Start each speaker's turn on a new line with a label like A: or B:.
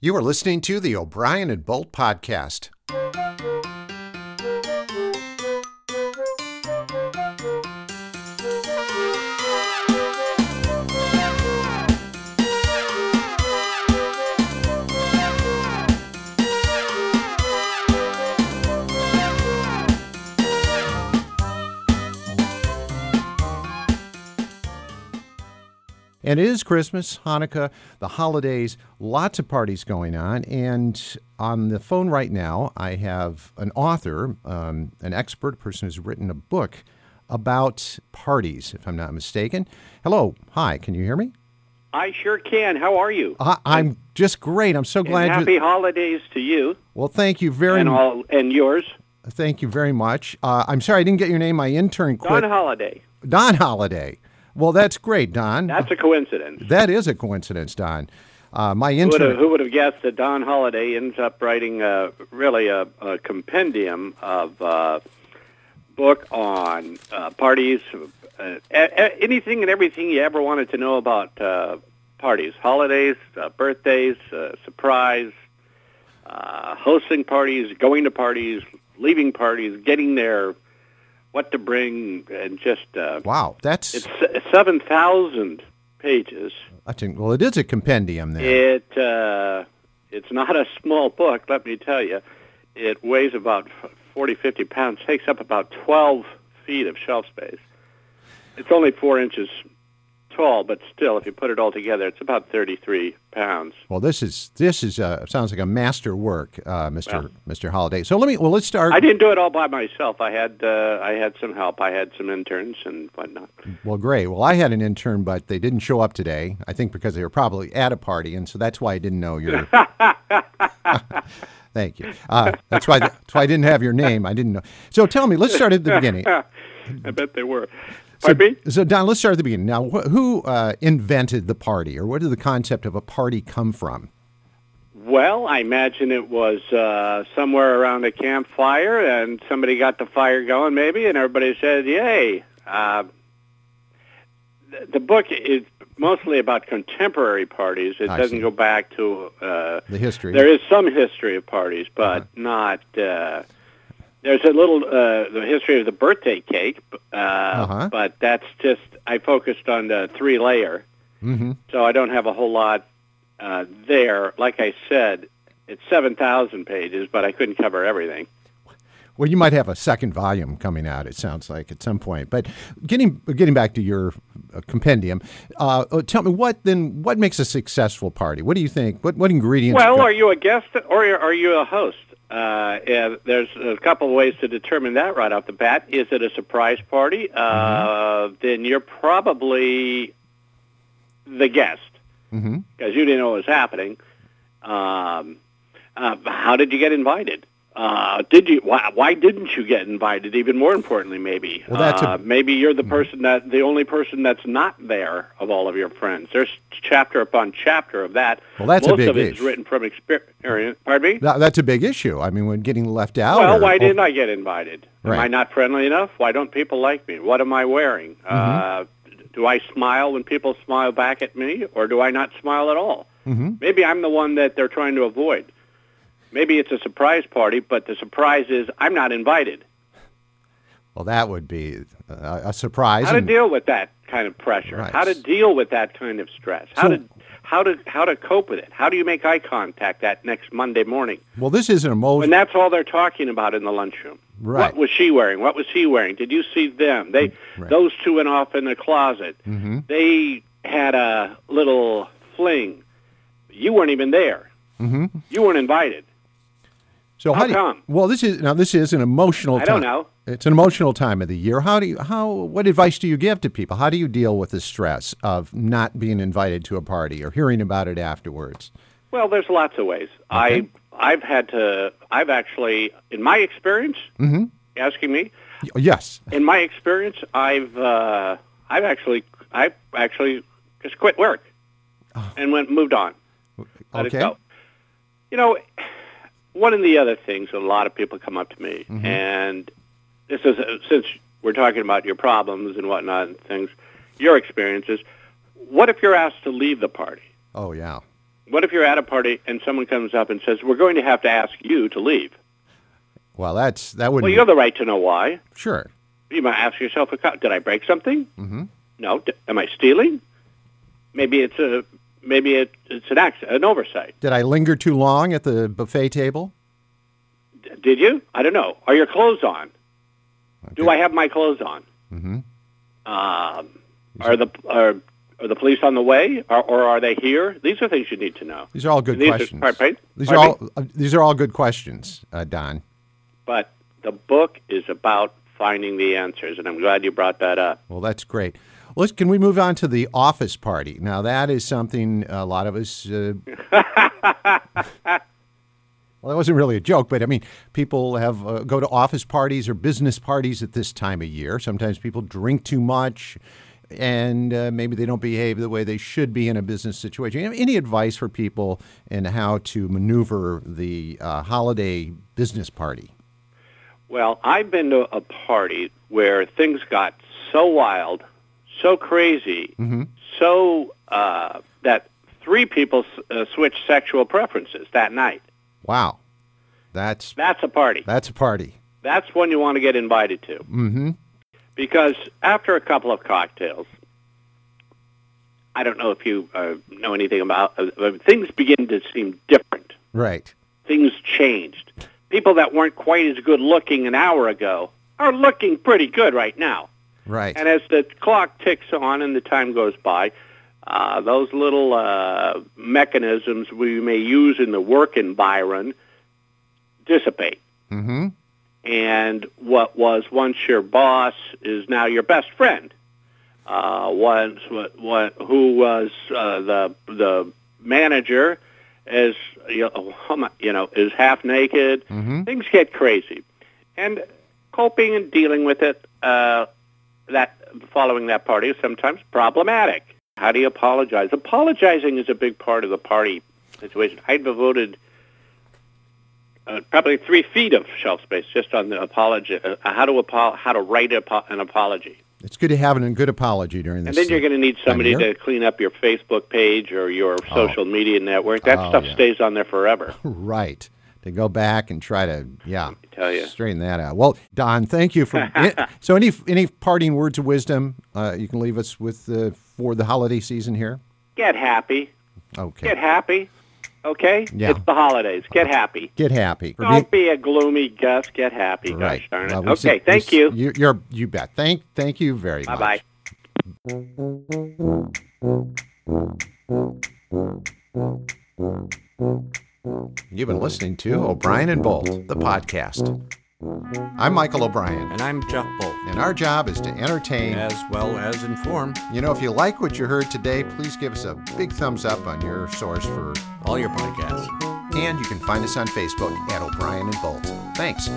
A: You are listening to the O'Brien and Bolt podcast. And it is Christmas, Hanukkah, the holidays, lots of parties going on. And on the phone right now, I have an author, um, an expert, a person who's written a book about parties, if I'm not mistaken. Hello. Hi. Can you hear me?
B: I sure can. How are you?
A: I, I'm just great. I'm so glad
B: and
A: you.
B: happy holidays to you
A: Well, thank you very
B: and all and yours.
A: thank you very much. Uh, I'm sorry I didn't get your name. My intern
B: Don
A: quit.
B: Holiday.
A: Don Holiday. Well, that's great, Don.
B: That's a coincidence.
A: that is a coincidence, Don. Uh, my
B: Who would,
A: intern.
B: have, who would have guessed that Don Holiday ends up writing uh, really a, a compendium of uh, book on uh, parties, uh, a- anything and everything you ever wanted to know about uh, parties, holidays, uh, birthdays, uh, surprise, uh, hosting parties, going to parties, leaving parties, getting there, what to bring, and just uh,
A: Wow, that's
B: it's seven thousand pages.
A: I think, well, it is a compendium then.
B: It uh, it's not a small book, let me tell you. It weighs about f- 40, 50 pounds, takes up about 12 feet of shelf space. It's only four inches tall, but still, if you put it all together, it's about 33 pounds.
A: Well, this is this is uh, sounds like a master work, uh, Mister Mister Holiday. So let me. Well, let's start.
B: I didn't do it all by myself. I had uh, I had some help. I had some interns and whatnot.
A: well, great. Well, I had an intern, but they didn't show up today. I think because they were probably at a party, and so that's why I didn't know your. Thank you. Uh, that's why that's why I didn't have your name. I didn't know. So tell me. Let's start at the beginning.
B: I bet they were.
A: So,
B: Pardon me?
A: so Don, let's start at the beginning. Now, wh- who uh, invented the party, or where did the concept of a party come from?
B: Well, I imagine it was uh, somewhere around a campfire, and somebody got the fire going, maybe, and everybody said, "Yay!" Uh, th- the book is mostly about contemporary parties. It
A: I
B: doesn't
A: see.
B: go back to. Uh,
A: The history. Uh-huh.
B: there is some history of parties, but not. Uh, there's a little uh, the history of the birthday cake, b- uh,
A: Uh-huh.
B: but that's just I focused on the three layer
A: hmm
B: so I don't have a whole lot uh, there. Like I said, it's 7,000 pages, but I couldn't cover everything.
A: Well, you might have a second volume coming out. It sounds like at some point. But getting getting back to your uh, compendium, uh, uh, tell me what then? What makes a successful party? What do you think? What what ingredients?
B: Well,
A: go-
B: are you a guest or are you a host? Uh, and there's a couple of ways to determine that right off the bat. Is it a surprise party?
A: Mm-hmm.
B: Uh, then you're probably the guest
A: Mhm.
B: because you didn't know what was happening. Um, uh, how did you get invited? Uh, did you? Why, why didn't you get invited? Even more importantly, maybe.
A: Well, that's a- Mm-hmm.
B: uh, maybe you're the person that the only person that's not there of all of your friends. There's chapter upon chapter of that.
A: Well, that's a
B: Most
A: big
B: of it is
A: issue.
B: written from experience. Pardon me.
A: That- that's a big issue. I mean, when getting left out.
B: Well,
A: or- oh,
B: why didn't I get invited?
A: Right. Mm-hmm.
B: Am I not friendly enough? Why don't people like me? What am I wearing? Uh, do I smile when people smile back at me, or do I not smile at all?
A: Mhm.
B: Maybe I'm the one that they're trying to avoid. Maybe it's a surprise party, but the surprise is I'm not invited.
A: Well, that would be uh, a surprise.
B: How to
A: and-
B: deal with that kind of pressure?
A: Right.
B: How to deal with that kind of stress? How
A: So-
B: to how to how to cope with it? How do you make eye contact that next Monday morning?
A: well, this is an emotion.
B: And that's all they're talking about in the lunchroom.
A: Right. Mm-hmm.
B: What was she wearing? What was he wearing? Did you see them? They
A: Right.
B: those two went off in the closet.
A: Mhm.
B: They had a little fling. You weren't even there.
A: Mhm.
B: You weren't invited.
A: So
B: how
A: how do you-
B: come?
A: well, this is now this is an emotional.
B: I
A: time.
B: don't know.
A: It's an emotional time of the year. How do you how what advice do you give to people? How do you deal with the stress of not being invited to a party or hearing about it afterwards?
B: Well, there's lots of ways. I I've had to I've actually in my experience,
A: Mm-hmm.
B: asking me,
A: Y- oh, Yes.
B: in my experience, I've uh, I've actually I've actually just quit work
A: Oh.
B: and went moved on. Let
A: Okay.
B: it go. You know, one of the other things a lot of people come up to me, and this is since we're talking about your problems and whatnot and things, your experiences. What if you're asked to leave the party?
A: Oh yeah.
B: What if you're at a party and someone comes up and says, "We're going to have to ask you to leave"?
A: Well, that's that would.
B: Well, you have the right to know why.
A: sure.
B: You might ask yourself, "Did I break something?
A: hmm
B: No. D- am I stealing? Maybe it's a maybe it, it's an accident, an oversight.
A: Did I linger too long at the buffet table?
B: D- did you? I don't know. Are your clothes on? Do I have my clothes on?
A: hmm
B: Um, are the are, are the police on the way, or, or are they here? These are things you need to know.
A: These are all good
B: These are-
A: questions.
B: pardon- pardon?
A: These
B: Pardon
A: are all uh, these are all good questions, uh, Don.
B: But the book is about finding the answers, and I'm glad you brought that up.
A: Well, that's great. Let's can we move on to the office party? Now that is something a lot of us. Uh, well, that wasn't really a joke, but I mean, people have uh, go to office parties or business parties at this time of year. Sometimes people drink too much, and uh, maybe they don't behave the way they should be in a business situation. You have Any advice for people in how to maneuver the uh, holiday business party?
B: Well, I've been to a party where things got so wild, so crazy, so uh, that three people s- uh, switched sexual preferences that night.
A: Wow, that's
B: That's a party.
A: that's a party.
B: That's one you want to get invited to.
A: Mm-hmm.
B: because after a couple of cocktails, I don't know if you uh, know anything about uh, uh, things begin to seem different.
A: Right.
B: Things changed. People that weren't quite as good looking an hour ago are looking pretty good right now.
A: Right.
B: And as the clock ticks on and the time goes by, uh, those little uh, mechanisms we may use in the work environment dissipate.
A: mm-hmm.
B: And what was once your boss is now your best friend. Uh, once what, what who was uh, the the manager is you know, how mu- you know is half naked.
A: Mm-hmm.
B: Things get crazy, and coping and dealing with it uh, that following that party is sometimes problematic. How do you apologize? Apologizing is a big part of the party situation. I'd devoted uh, probably three feet of shelf space just on the apology, uh, how to apo- how to write a po- an apology,
A: It's good to have an, a good apology during
B: and
A: this.
B: then you're going to need somebody
A: here.
B: to clean up your Facebook page or your social media network. That
A: Oh,
B: stuff
A: yeah.
B: stays on there forever.
A: right to go back and try to yeah
B: tell ya.
A: straighten that out. Well, Don, thank you for so any any parting words of wisdom uh, you can leave us with uh, for the holiday season here.
B: Get happy,
A: Okay,
B: get happy, okay?
A: Yeah.
B: It's the holidays. Get happy.
A: Get happy. For
B: Don't be a gloomy Gus. Get happy.
A: being-
B: Gosh darn it.
A: Well, we
B: okay,
A: see-
B: thank
A: we
B: you.
A: see- you. You're you bet. Thank thank you very
B: Bye
A: much.
B: bye.
A: You've been listening to O'Brien and Bolt, the podcast. I'm Michael O'Brien,
C: And I'm Jeff Bolt,
A: and our job is to entertain.
C: as well as inform
A: You know, if you like what you heard today, please give us a big thumbs up on your source for,
C: all your podcasts.
A: and you can find us on Facebook at O'Brien and Bolt. Thanks.